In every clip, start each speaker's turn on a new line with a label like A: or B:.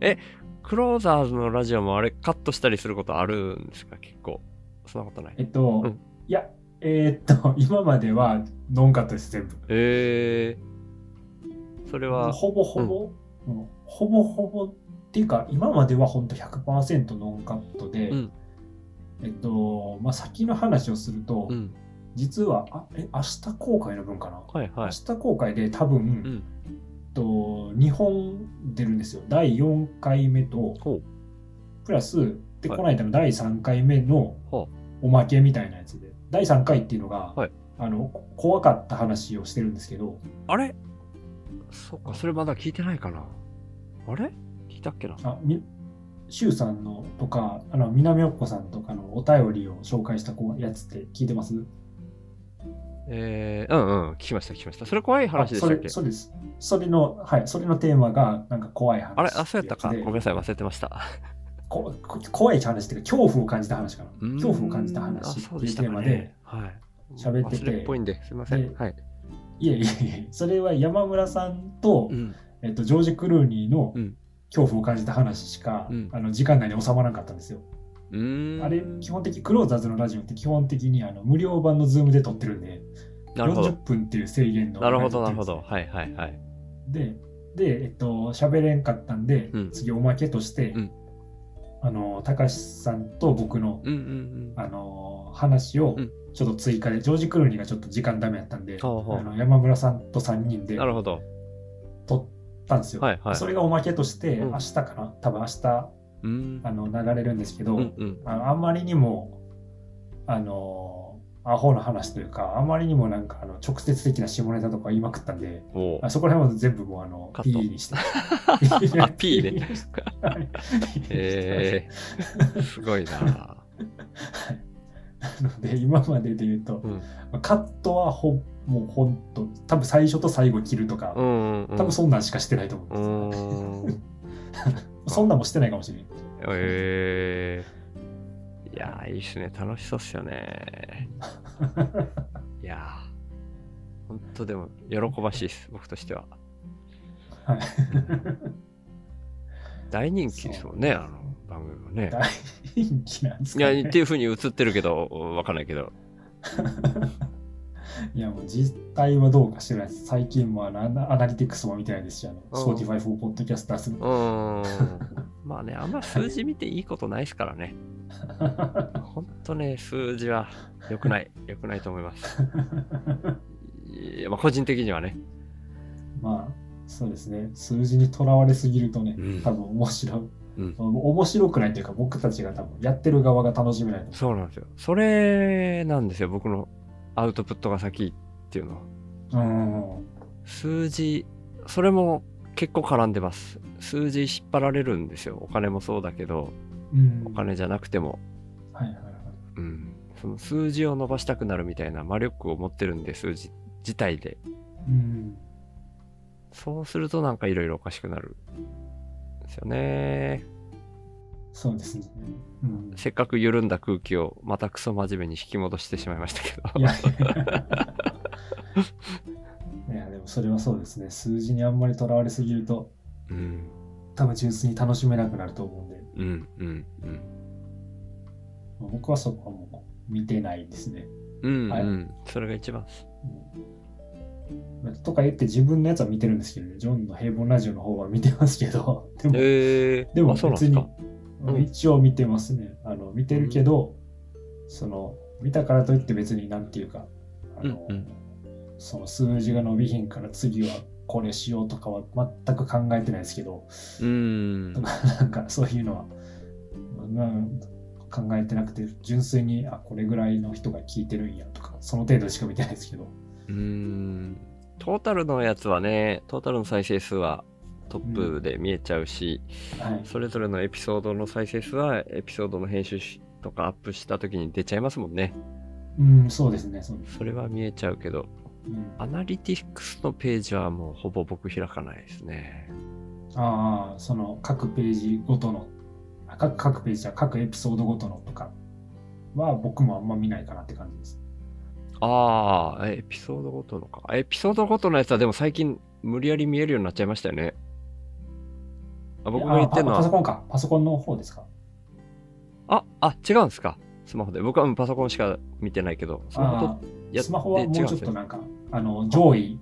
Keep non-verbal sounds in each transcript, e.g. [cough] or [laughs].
A: え、クローザーズのラジオもあれカットしたりすることあるんですか結構。そんなことない。
B: えっと、
A: うん
B: いや、えーっと、 [laughs] 今まではノンカットです、全部。
A: えー。それは、
B: ほぼほぼ、うんほぼほぼっていうか、今までは本当100%ノンカットで、
A: うん
B: えっと、まあ、先の話をすると、
A: うん。
B: 実は、あえ、明日公開の分かな、
A: はいは
B: 明
A: い。
B: 日公開で多分、
A: ん
B: えっと、2本出るんですよ。第4回目と、
A: ほう。
B: プラス、で、
A: はい
B: この間の第3回目の
A: ほ
B: おまけみたいなやつで、第3回っていうのが、
A: はい
B: あの、こ怖かった話をしてるんですけど、
A: あれそっか、それまだ聞いてないかな。あれ聞いたっけな
B: あみシュウさんのとか、あの南おっこさんとかのお便りを紹介したこうやつって聞いてます
A: えー、うんうん。聞きました、聞きました。それ怖い話でし
B: あ
A: たっ
B: そ
A: け
B: れそうです。それの、はい、それのテーマが、なんか怖い話
A: あれあ、そうやったか。
B: て
A: ごめ
B: いうんや
A: なさい、忘れてました。
B: つでここ怖い話っていうか、恐怖を感じた話かな。
A: うん
B: 恐怖を感じた話
A: あそ
B: っ
A: うで
B: ていう
A: し
B: テ
A: た
B: ー
A: か
B: マで、
A: ねはい。
B: 喋ってて
A: 忘れっぽいんで、すいません。
B: で
A: はい。
B: いえいえいえ、それは山村さんと、
A: うん。
B: えっと、ジョージ・クルーニーの
A: うん
B: 恐怖を感じた話しか、
A: うん
B: あの時間内に収まらなかったんですよ。
A: うーん
B: あれ、基本的、クローザーズのラジオって基本的にあの無料版のズームで撮ってるんで、
A: なるほ
B: 40
A: ど。
B: 分っていう制限の
A: なるほ
B: ラジ
A: ど、
B: オ
A: な
B: 撮っ
A: る
B: て
A: ほ
B: んですよ
A: ど。はいはいはい。
B: で、で、えっと、喋れんかったんで、
A: うん
B: 次おまけとして、
A: うん
B: あの、たかしさんと僕の、
A: うんうんうん。
B: あの、話を
A: うん
B: ちょっと追加で、ジョージ・クルーニーがちょっと時間ダメやったんで、
A: ほうほう
B: あの山村さんと3人で
A: なるほど。
B: 撮ったんですよ。
A: はいはい。
B: それがおまけとして、
A: うん
B: 明日かな多分明日、
A: うん。
B: あの、流れるんですけど、
A: うんうん。
B: あのあんまりにも、あの、アホな話というか、あんまりにもなんか、あの、直接的な下ネタとか言いまくったんで、
A: おう
B: あそこら辺は全部もうあの
A: カット
B: P にして。
A: [laughs] あ P ね
B: [laughs] はい。
A: えー、すごい
B: [laughs]
A: な。
B: なので今までで言うと
A: う、ん。
B: カットはほんもうほんと、多分最初と最後切るとか、
A: うんうん。
B: 多分そんなんしかしてないと
A: う
B: 思うんで
A: ん。うーん。
B: す。そんなんもしてないかもしれない。
A: えー。いやー、いいっすね。楽しそうっすよね。いやー。ほんとでも、喜ばしいっす。僕としては。
B: はい
A: 大人気ですもんね、あの番組もね。
B: [laughs] 大人気なんです
A: い
B: か、
A: や、
B: ね、
A: っていうふうに映ってるけど、わかんないけど。
B: いやもう実態はどうかしてないです。最近もあのアナアナリティクスも見てないですし、あの
A: うん
B: Spotify for Podcast する
A: う。ー
B: [laughs]
A: ん。まあね、あんま数字見ていいことないですからね。ほんとね、数字は良く [laughs] ない。良くないと思います。いやまあ、個人的にはね。
B: [laughs] まあそうですね数字にとらわれすぎるとね、
A: うん
B: 多分面白い、
A: うん
B: 面白くないというか僕たちが多分やってる側が楽しめないの
A: そうなんですよ。それなんですよ、僕のアウトプットが先っていうのは。
B: うん
A: 数字、それも結構絡んでます。数字引っ張られるんですよ。お金もそうだけど、
B: うん
A: お金じゃなくても。
B: はいはいはい
A: うん、その数字を伸ばしたくなるみたいな魔力を持ってるんで数字自体で
B: うん
A: そうするとなんかいろいろおかしくなるんですよね
B: そうですね、
A: [laughs]
B: うん、
A: せっかく緩んだ空気をまたクソ真面目に引き戻してしまいましたけど
B: いやいやでもそれはそうですね数字にあんまりとらわれすぎると
A: うん
B: 多分純粋に楽しめなくなると思うんで
A: うんうんうん
B: 僕はそこはもう見てないですね、
A: うん、
B: はい
A: うん、それが一番です
B: うんとか言って自分のやつは見てるんですけどね、ジョンの平凡ラジオの方は見てますけど、 [laughs] でも
A: えー、
B: でも
A: あそうなん
B: 別
A: です
B: に
A: か、うん
B: 一応見てますね。あの見てるけど、その見たからといって別になんていうか、あの
A: うんうん
B: その数字が伸びひんから次はこれしようとかは全く考えてないですけど、
A: うん
B: なんかそういうのは、うん考えてなくて、純粋にあこれぐらいの人が聞いてるんやとか、その程度しか見てないですけど。
A: うんトータルのやつはねトータルの再生数はトップで見えちゃうし、
B: はい
A: それぞれのエピソードの再生数はエピソードの編集しとかアップした時に出ちゃいますもんね。
B: うん、そうですね、そうです。
A: それは見えちゃうけど、
B: うん、
A: アナリティクスのページはもうほぼ僕開かないですね。
B: ああ、その各ページごとの、あ各各ページじゃ各エピソードごとのとかは僕もあんま見ないかなって感じです。
A: ああ、えエピソードごとのか。あエピソードごとのやつはでも最近無理やり見えるようになっちゃいましたよね。あ僕が言ってるの
B: あパパソ
A: は、
B: コンか。パソコンの方ですか。
A: あ、あ、違うんですかスマホで。僕はうんパソコンしか見てないけど、スマホと
B: あー
A: やっ
B: スマホはもうち
A: 違う
B: ょ
A: ん
B: っ
A: です
B: と
A: よ。
B: なんか、あの、上位、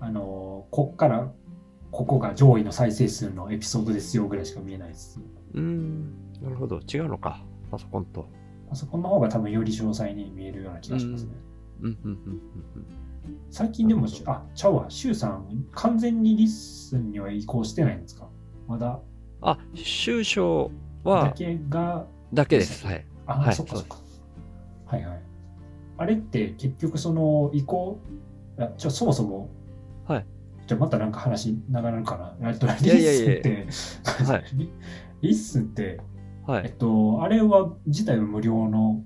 B: あの、こっから、ここが上位の再生数のエピソードですよぐらいしか見えないです。
A: うーん、なるほど。違うのか、パソコンと。
B: パソコンの方が多分より詳細に見えるような気がしますね。
A: うん、うん、うん
B: 最近でもし、
A: なる
B: あ、ちゃうわ、シュウさん、完全にリッスンには移行してないんですかまだ、
A: うん。あ、終章
B: だ
A: は
B: けが、
A: だけです。はい。
B: あ、
A: はい
B: そっか
A: そ
B: そうっか。はいはい。あれって結局その移行、あちょそもそも、
A: はい。
B: じゃあまたなんか話長なるかな。えっとリッ
A: いやいやい
B: スン
A: や
B: って、
A: はい
B: リ [laughs] リッスンって、
A: は
B: え
A: い。
B: っと、あれは自体は無料の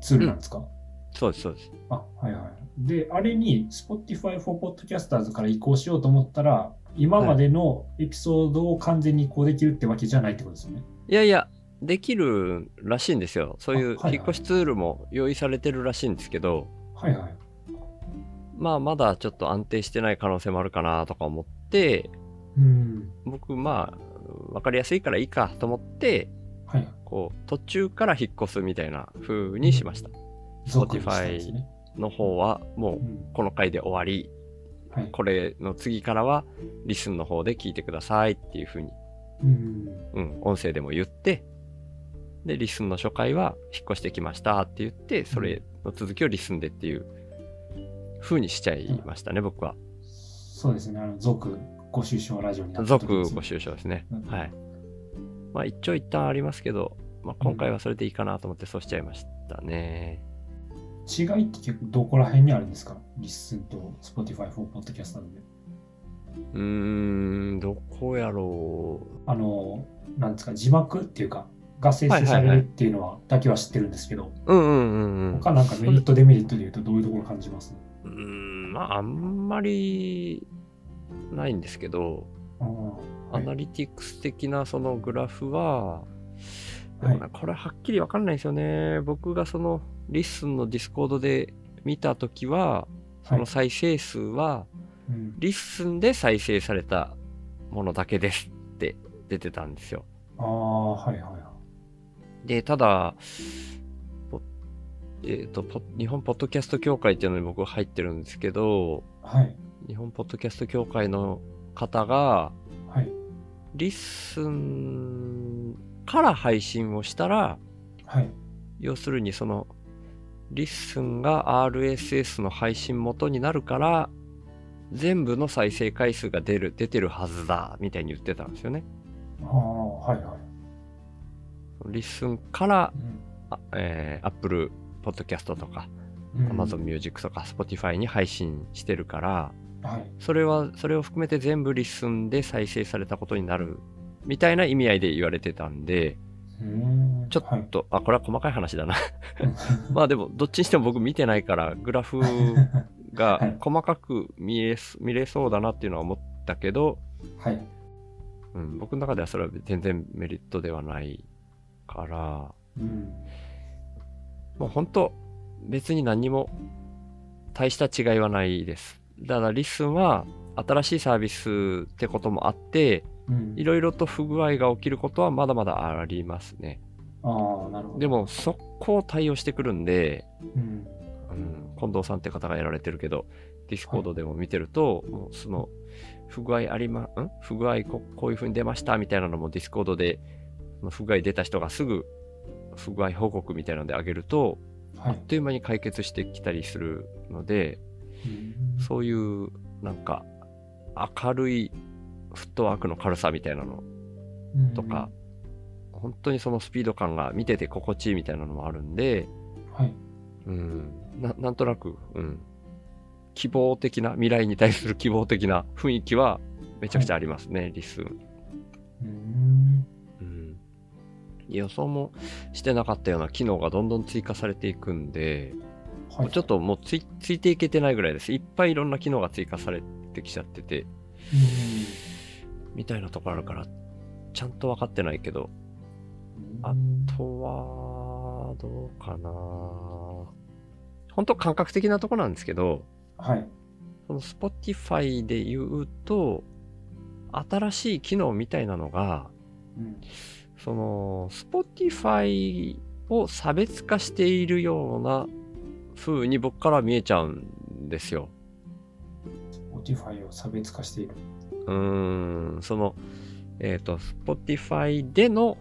B: ツールなんですか、
A: そうです、そうです。
B: あ、はいはい。で、あれに Spotify for Podcasters から移行しようと思ったら、今までのエピソードを完全に移行できるってわけじゃないってことですよね。
A: いやいや、できるらしいんですよ。そういう
B: あはいはい
A: 引っ越しツールも用意されてるらしいんですけど、
B: はいはい。
A: まあ、まだちょっと安定してない可能性もあるかなとか思って、
B: うん。
A: 僕、まあ、わかりやすいからいいかと思って、
B: はいはい。
A: こう、途中から引っ越すみたいな風にしました。
B: 俗にしたんですね
A: の方は、も
B: う
A: う、
B: ん
A: この回で終わり、
B: はい。
A: これの次からは、リスンの方で聞いてくださいっていう風に、
B: うん。
A: うん、音声でも言って、で、リスンの初回は、引っ越してきましたって言って、それの続きをリスンでっていう風にしちゃいましたね、僕は。
B: そうですね、あの、俗ご収賞ラジオになった時
A: 続
B: ですね
A: ご収賞ですね
B: うん。
A: はい。まあ一長一短ありますけど、まあ、今回はそれでいいかなと思ってそうしちゃいましたね。
B: 違いって結構どこら辺にあるんですかリッスンと Spotify for Podcast なんで。
A: うーん、どこやろ
B: あの、なんですか、字幕っていうか、が生成さ
A: はいはいは
B: れるっ
A: い
B: ていうのはだけは知ってるんですけど、
A: う。うんうんうんうん。
B: 他なんかメリット、デメリットで言うとどういうところ感じます
A: うーん、まああんまりないんですけど、
B: ああ
A: ア
B: はい
A: ナリティクス的なそのグラフは、
B: はい
A: でもなこれはっきりわかんないんですよね。僕がそのリッスンのディスコードで見たときは、そ
B: はい
A: の再生数は、
B: うん
A: リッスンで再生されたものだけですって出てたんですよ。
B: ああ、はいはいはい。
A: で、ただ、ポえっ、とポ日本ポッドキャスト協会っていうのに僕入ってるんですけど、
B: はい。
A: 日本ポッドキャスト協会の方が、
B: はい。
A: リッスンから配信をしたら、
B: はい。
A: 要するにその、リッスンが RSS の配信元になるから、全部の再生回数が出る、出てるはずだ、みたいに言ってたんですよね。
B: ああ、はいはい。
A: リッスンから、
B: う
A: あえー、Apple Podcast とか、
B: んうん
A: Amazon Music とか Spotify に配信してるから、
B: はい。
A: それは、それを含めて全部リッスンで再生されたことになる、みたいな意味合いで言われてたんで、
B: うん
A: ちょ
B: はい
A: っと、あ、これは細かい話だな。 [laughs]
B: うん
A: まあでも、どっちにしても僕見てないから、グラフ
B: [laughs] は
A: が
B: い
A: 細かく見えす、見れそうだなっていうのは思ったけど、
B: [laughs] はい。
A: うん、僕の中ではそれは全然メリットではないから、
B: うん
A: もう本当、別に何も大した違いはないです。だからリスンは新しいサービスってこともあって、
B: うん
A: いろいろと不具合が起きることはまだまだありますね。
B: ああ、なるほど。
A: でも、速攻対応してくるんで、
B: うん、
A: うん、近藤さんって方がやられてるけど、ディスコードでも見てると、もうその、不具合ありま、ん不具合こ、こういう風に出ましたみたいなのもディスコードで、その不具合出た人がすぐ、不具合報告みたいなのであげると、
B: は
A: あっ
B: い。
A: という間に解決してきたりするので、
B: うん
A: そういうなんか明るいフットワークの軽さみたいなのとか、本当にそのスピード感が見てて心地いいみたいなのもあるんで、
B: うんはい。
A: うん、ななんとなく、うん、希望的な未来に対する希望的な雰囲気はめちゃくちゃありますね、リスン。
B: うん
A: うん予想もしてなかったような機能がどんどん追加されていくんで、
B: は
A: ちょっともうついついていけてないぐらいです。いっぱいいろんな機能が追加されてきちゃってて、みたいなところあるから、ちゃんと分かってないけど、
B: うん
A: ああとは、どうかな本当感覚的なとこなんですけど、
B: はい。
A: その Spotify で言うと、新しい機能みたいなのが、
B: うん
A: その、Spotify を差別化しているような風に僕から見えちゃうんですよ。
B: Spotify を差別化している。
A: うーん、その、えっ、と、Spotify での、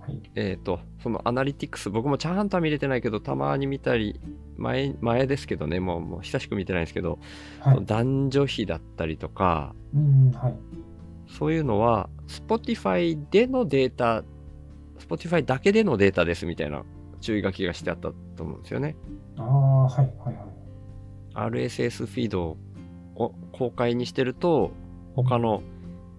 B: はい。
A: えっ、と、そのアナリティクス、僕もちゃんとは見れてないけど、たまに見たり、前、前ですけどね、もう、もう久しく見てないんですけど、
B: はい
A: その。男女比だったりとか、
B: うん、はい。
A: そういうのは、Spotify でのデータ、Spotify だけでのデータですみたいな注意書きがしてあったと思うんですよね。
B: ああ、はい、はい、はい。
A: RSS フィードを公開にしてると、他の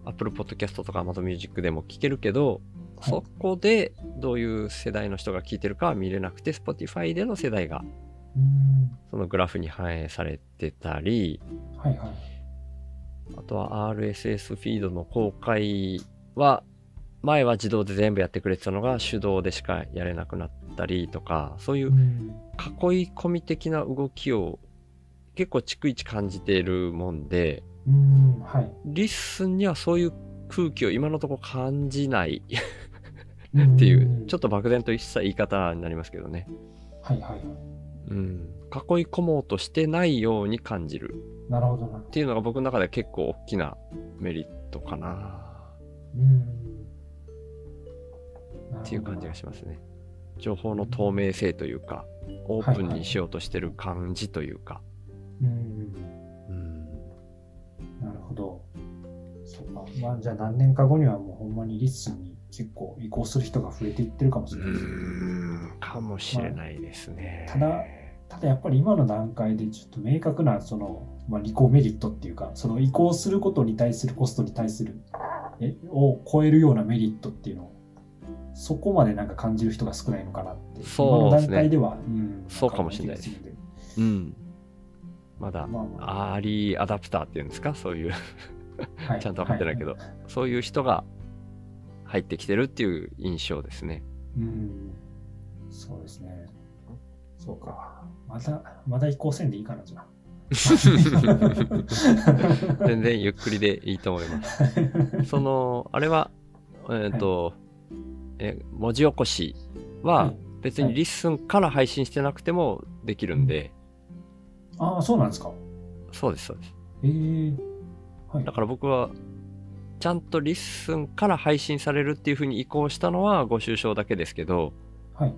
A: Apple Podcast とか Amazon Music でも聞けるけど、
B: はい
A: そこでどういう世代の人が聞いてるかは見れなくて、Spotify での世代が
B: うん、
A: そのグラフに反映されてたり、
B: はい、はい。
A: あとは RSS フィードの公開は、前は自動で全部やってくれてたのが手動でしかやれなくなったりとか、そういう
B: うん、
A: 囲い込み的な動きを結構逐一感じているもんで、
B: うん、はい。
A: リッスンにはそういう空気を今のところ感じない
B: っ
A: っていう、ちょっと
B: と。
A: 漠然と一切言い方になりますけどね。
B: はい、はい、はい。
A: うん。囲い込もうとしてないように感じる
B: なるほどな。
A: っていうのが僕の中では結構大きなメリットかな。
B: うん。
A: っていう感じがしますね。情報の透明性というか、オープンにしようとしてる感じというか。
B: なるほどう
A: う
B: ん、
A: ん
B: なるほど。そうか。まあ、じゃあ何年か後にはもうほんまにリッスンに結構移行する人が増えていってるかもし
A: う
B: れないですね。
A: ーん、かもしれないですね。
B: まあただやっぱり今の段階でちょっと明確なその、まあ、移行メリットっていうかその移行することに対するコストに対するえを超えるようなメリットっていうのをそこまでなんか感じる人が少ないのかなって
A: そうですね
B: 今の段階では、うん、
A: そうかもしれないです
B: んか気が
A: う
B: るん
A: ん。まだ
B: で、まあま
A: アーリーアダプターっていうんですか、そういう、
B: あは
A: ちゃんとわかってないけど、
B: は
A: そういう人が入ってきてるっていう印象ですね。
B: うんそうですねそうかまたまた移行せんでいいかなじゃあ
A: [laughs]
B: [laughs]
A: 全然ゆっくりでいいと思います。その、あれは、えっ、と、え、文字起こしは、別にリッスンから配信してなくてもできるんで、
B: ああそうなんですか
A: そうです、そうです。
B: ええはい
A: だから僕は、ちゃんとリッスンから配信されるっていう風に移行したのはご愁傷だけですけど、
B: はい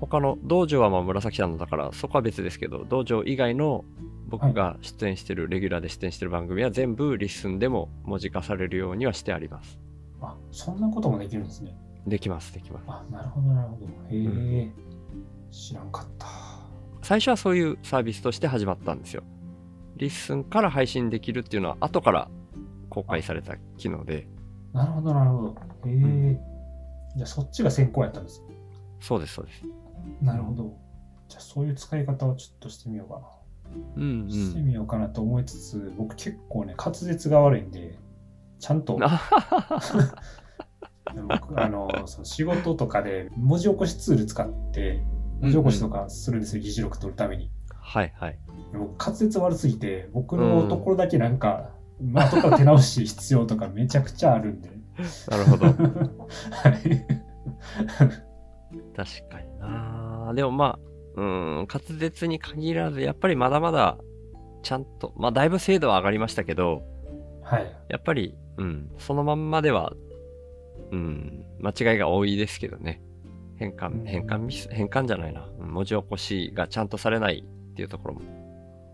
A: 他の道場はまあ紫さんのだからそこは別ですけど、道場以外の僕が出演してる、レギュラーで出演してる番組は全部リッスンでも文字化されるようにはしてあります。
B: あそんなこともできるんですね。
A: できます、できます。
B: あなるほどなるほど。へえ、
A: う
B: 知らんかった。
A: 最初はそういうサービスとして始まったんですよ。リッスンから配信できるっていうのは後から公開された機能で、
B: なるほどなるほど。へえ、
A: ん
B: じゃあそっちが先行やったんです。
A: そうです、そうです。
B: なるほど。じゃあそういう使い方をちょっとしてみようか
A: うん
B: な。
A: う
B: して
A: ん。
B: みようかなと思いつつ、僕結構ね、滑舌が悪いんで、ちゃんと。 [laughs] 僕あのそう仕事とかで文字起こしツール使って文字起こしとかするんですよ、議事録取るために。
A: はいはい。
B: 僕滑舌悪すぎて僕のところだけなんか、まあ後から手直し必要とか [laughs] めちゃくちゃあるんで
A: なるほど。
B: [laughs] はい
A: 確かになでもまあうん滑舌に限らずやっぱりまだまだちゃんとまあだいぶ精度は上がりましたけど
B: はい
A: やっぱりうんそのまんまではうん間違いが多いですけどね変
B: うん
A: 換変換ミス変換じゃないなうん文字起こしがちゃんとされないっていうところも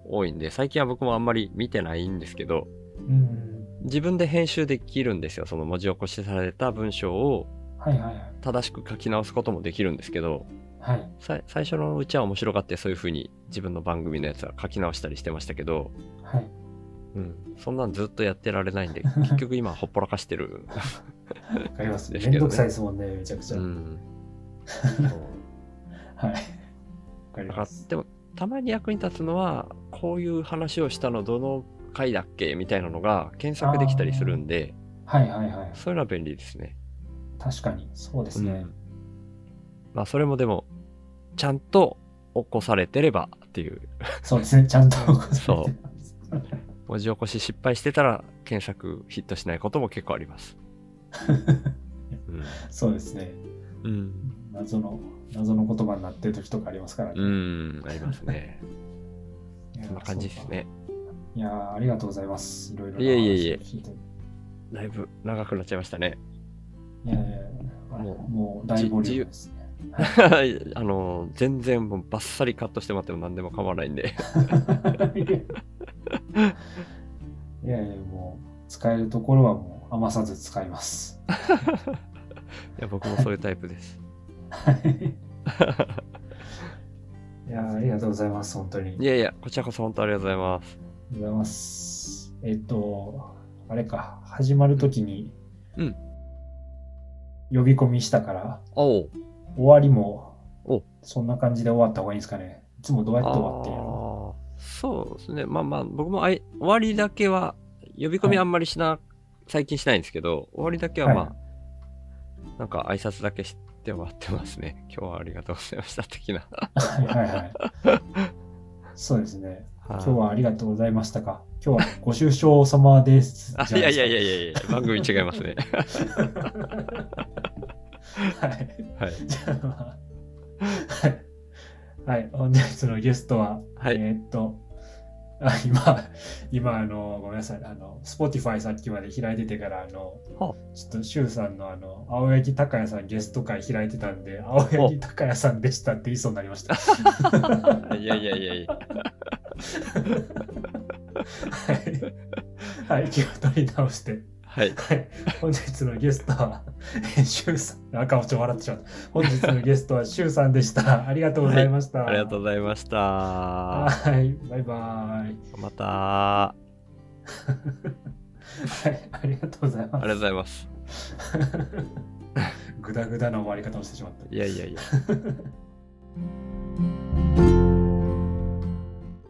A: 多いんで最近は僕もあんまり見てないんですけど
B: うん
A: 自分で編集できるんですよその文字起こしされた文章を
B: はいはいはい
A: 正しく書き直すこともできるんですけど
B: はい
A: さい最初のうちは面白がってそういう風に自分の番組のやつは書き直したりしてましたけど、
B: はい
A: うん、そんなんずっとやってられ
B: [laughs]
A: ないんで結局今ほっぽらかしてる、
B: わかります
A: で
B: め
A: すけど
B: ん
A: ね
B: どくさいですもんねめちゃくちゃ、
A: うん、そう
B: はいわかり
A: だから
B: ます
A: でもたまに役に立つのはこういう話をしたのどの回だっけみたいなのが検索できたりするんで
B: はいはいはい
A: そういうのは便利ですね、
B: 確かにそうです
A: う
B: ね、
A: ん、まあそれもでもちゃんと起こされてればっていう
B: そうですねちゃんと
A: そう文字起こし失敗してたら検索ヒットしないことも結構あり [laughs] ます。
B: そうですね。
A: うん。
B: 謎の、謎の言葉になってる時とかありますからね。
A: うん、ありますね。
B: いや
A: そんな感じです。ね。
B: そうかいやーありがとうございます。いろいろない
A: えいえいえ
B: 話を聞いて
A: だいぶ長くなっちゃいましたね。
B: いやいやいやあれ
A: もう
B: もう大ボリュームですね。
A: [laughs] あの、全然もうバッサリカットしてもらっても何でも構わないんで。
B: [laughs]
A: [laughs]
B: いやいや、もう使えるところはもう余さず使い [laughs] ます。
A: いや、僕もそういうタイプです。
B: いやーありがとうございます、本当に。あ
A: い
B: りが
A: やいや、こちらこそ本当ありがとうございます。
B: とうございます。えっと、あれか、始まるときに、
A: うん
B: 呼び込みしたから、
A: おう。
B: 終わりも
A: お、
B: そんな感じで終わった方がいいんですかね。いつもどうやって終わってるの
A: ああそうですね。まあまあ、僕もあい終わりだけは、呼び込みあんまりしな、最近しないんですけど、終わりだけはまあ、
B: は
A: なんか挨拶だけしてもらってますね。 [laughs] 今日はありがとうございました、的な。
B: はいはいはい。そうですね。
A: 今
B: 今日はありがとうございましたか。今日はご愁傷様です。
A: あ、いやいやいやいやいや、番組違います
B: [laughs]
A: ね。
B: はい。
A: はい。
B: じゃあ、まあはい。はい。本日のゲストは、
A: はい。
B: えーっと、あ今、今、あの、ごめんなさい、あの、Spotify さっきまで開いててから、あの、
A: は
B: ちょっと、シュウさんの、あの、青柳高也さんゲスト会開いてたんで、青柳高也さんでしたって言いそうになりました。はい
A: やいやいやいや。
B: い。はい、気を取り直して。
A: はい。
B: はい、本日のゲストは、えーシュウさん、赤もちょっと笑ってしまった。本日のゲストはシュウさんでした。ありがとうございました。
A: ありがとうございました。ま
B: はい、バイバイ。
A: た。あ
B: はい、ありがとうござい
A: りが
B: ま
A: とうございます。
B: [laughs] す。グダグダな終わり方をしてしまった。
A: いやいやいや。